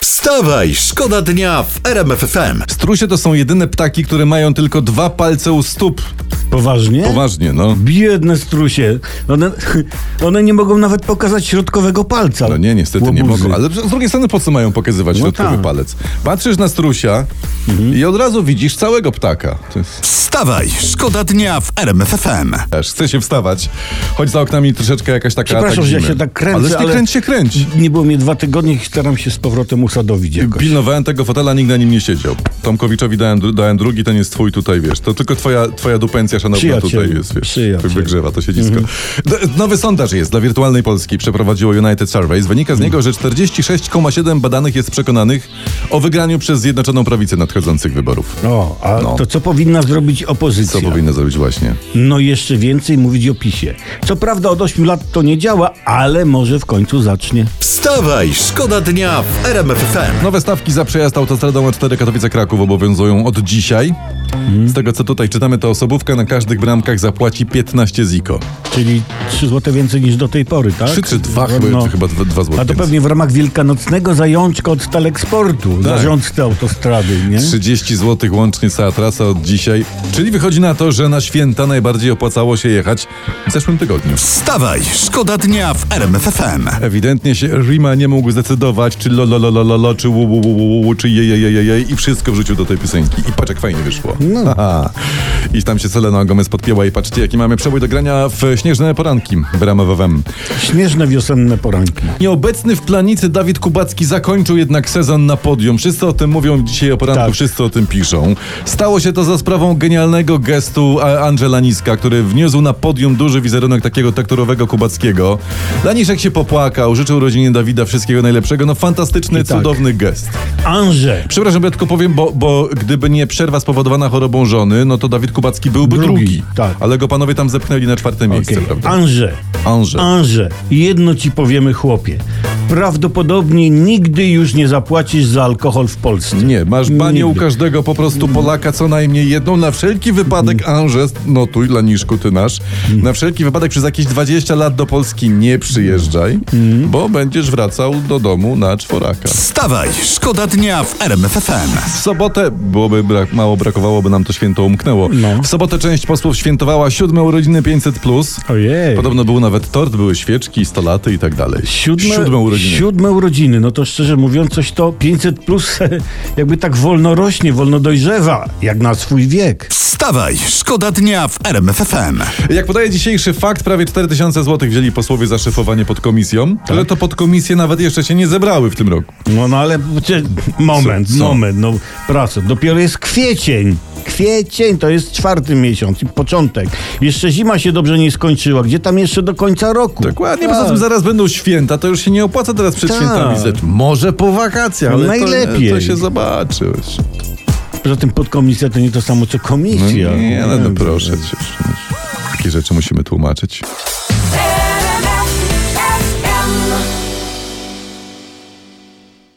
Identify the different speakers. Speaker 1: Wstawaj, szkoda dnia w RMFFM.
Speaker 2: Strusie to są jedyne ptaki, które mają tylko dwa palce u stóp.
Speaker 3: Poważnie?
Speaker 2: Poważnie, no.
Speaker 3: Biedne strusie. One, one nie mogą nawet pokazać środkowego palca.
Speaker 2: No nie, niestety nie
Speaker 3: Łobuzy.
Speaker 2: mogą. Ale z drugiej strony po co mają pokazywać
Speaker 3: No
Speaker 2: środkowy
Speaker 3: tak. Mhm.
Speaker 2: palec? Patrzysz na strusia i od razu widzisz całego ptaka. To jest...
Speaker 1: Wstawaj, szkoda dnia w RMFFM.
Speaker 2: Też chce się wstawać. Choć za oknami troszeczkę jakaś taka...
Speaker 3: Przepraszam,
Speaker 2: tak
Speaker 3: że ja
Speaker 2: zimy.
Speaker 3: się tak kręcę,
Speaker 2: Ale, ale...
Speaker 3: ale-
Speaker 2: kręć się, kręć.
Speaker 3: Nie było mnie dwa tygodnie i staram się z powrotem usadowić jakoś.
Speaker 2: Pilnowałem tego fotela, nigdy na nim nie siedział. Tomkowiczowi dałem, dru- dałem drugi, ten jest twój tutaj, wiesz. To tylko twoja, twoja dupencja szanowna
Speaker 3: Przyjacielu,
Speaker 2: tutaj jest, wiesz.
Speaker 3: przyjacielu.
Speaker 2: Wygrzewa to siedzisko.
Speaker 3: Mhm.
Speaker 2: D- Nowy sondaż jest dla wirtualnej Polski, przeprowadziło United Surveys. Wynika z niego, że 46,7 badanych jest przekonanych o wygraniu przez Zjednoczoną Prawicę nadchodzących wyborów.
Speaker 3: O, a
Speaker 2: No.
Speaker 3: to co powinna zrobić opozycja?
Speaker 2: Co powinno zrobić właśnie?
Speaker 3: No jeszcze więcej mówić o PiSie. Co prawda od 8 lat to nie działa, ale może w końcu zacznie.
Speaker 1: Wstawaj, szkoda dnia w RMFFM.
Speaker 2: Nowe stawki za przejazd autostradą A4 Katowice-Kraków obowiązują od dzisiaj.
Speaker 3: Mhm.
Speaker 2: Z tego co tutaj czytamy, to osobówka na każdych bramkach zapłaci 15 ziko.
Speaker 3: Czyli 3 zł więcej niż do tej pory, tak?
Speaker 2: 3 czy 2 chyba, czy chyba 2, 2 zł.
Speaker 3: A to pewnie w ramach wielkanocnego zajączka od Taleksportu,
Speaker 2: Tak.
Speaker 3: zarządcy autostrady, nie?
Speaker 2: 30 zł łącznie cała trasa od dzisiaj. Czyli wychodzi na to, że na święta najbardziej opłacało się jechać w zeszłym tygodniu.
Speaker 1: Wstawaj, szkoda dnia w RMFFM.
Speaker 2: Ewidentnie się Rima nie mógł zdecydować, czy lo, lo, lo, lo, lo, lo czy wu, wu, wu, wu, wu, czy je, je, je, je, je, i wszystko wrzucił do tej piosenki. I paczek fajnie wyszło. No. I tam się Selena Gomez podpięła i patrzcie, jaki mamy przebój do grania w śnieżne poranki w RMWM.
Speaker 3: Śnieżne wiosenne poranki.
Speaker 2: Nieobecny w planicy Dawid Kubacki zakończył jednak sezon na podium. Wszyscy o tym mówią dzisiaj o poranku,
Speaker 3: Tak.
Speaker 2: wszyscy o tym piszą. Stało się to za sprawą genialnego gestu e, Andrzela Niska, który wniósł na podium duży wizerunek takiego tekturowego Kubackiego. Laniszek się popłakał, życzył rodzinie Dawida wszystkiego najlepszego. No fantastyczny,
Speaker 3: I tak.
Speaker 2: cudowny gest.
Speaker 3: Anże!
Speaker 2: Przepraszam, ja tylko powiem, bo, bo gdyby nie przerwa spowodowana chorobą żony, no to Dawid Kubacki byłby drugi.
Speaker 3: Drugi, tak.
Speaker 2: Ale go panowie tam zepchnęli na czwarte miejsce,
Speaker 3: Okej.
Speaker 2: prawda?
Speaker 3: Anże,
Speaker 2: Andrzej.
Speaker 3: Anże, jedno ci powiemy chłopie. Prawdopodobnie nigdy już nie zapłacisz za alkohol w Polsce.
Speaker 2: Nie, masz banie u
Speaker 3: Nigdy.
Speaker 2: każdego po prostu Polaka co najmniej jedną. Na wszelki wypadek, Anże, notuj, Laniszku, ty nasz. Na wszelki wypadek przez jakieś 20 lat do Polski nie przyjeżdżaj, bo będziesz wracał do domu na czworaka.
Speaker 1: Wstawaj, szkoda dnia w RMFFM.
Speaker 2: W sobotę, byłoby brak, mało brakowało, by nam to święto umknęło.
Speaker 3: No.
Speaker 2: W sobotę część posłów świętowała siódme urodziny 500+. Plus.
Speaker 3: Ojej.
Speaker 2: Podobno był nawet tort, były świeczki, stolaty i tak dalej.
Speaker 3: Siódme,
Speaker 2: siódme urodziny.
Speaker 3: Siódme urodziny. No to szczerze mówiąc, coś to 500 plus jakby tak wolno rośnie, wolno dojrzewa, jak na swój wiek.
Speaker 1: Wstawaj, szkoda dnia w RMFFM.
Speaker 2: Jak podaje dzisiejszy fakt, prawie 4000 zł wzięli posłowie za szefowanie pod komisją,
Speaker 3: Tak.
Speaker 2: ale to podkomisje nawet jeszcze się nie zebrały w tym roku.
Speaker 3: No, no ale czy, moment,
Speaker 2: Co- co?
Speaker 3: moment, no praca. Dopiero jest kwiecień. Kwiecień to jest czwarty miesiąc i początek. Jeszcze zima się dobrze nie skończyła. Gdzie tam jeszcze do końca roku?
Speaker 2: Dokładnie, poza tym zaraz będą święta, to już się nie opłaca teraz przed
Speaker 3: Tak.
Speaker 2: świętami rzecz. Może po wakacjach, ale
Speaker 3: Najlepiej.
Speaker 2: To, to się zobaczy. już.
Speaker 3: Poza tym podkomisja to nie to samo co
Speaker 2: No
Speaker 3: komisja.
Speaker 2: nie, no, no proszę cię. Takie rzeczy musimy tłumaczyć.
Speaker 4: LMFM.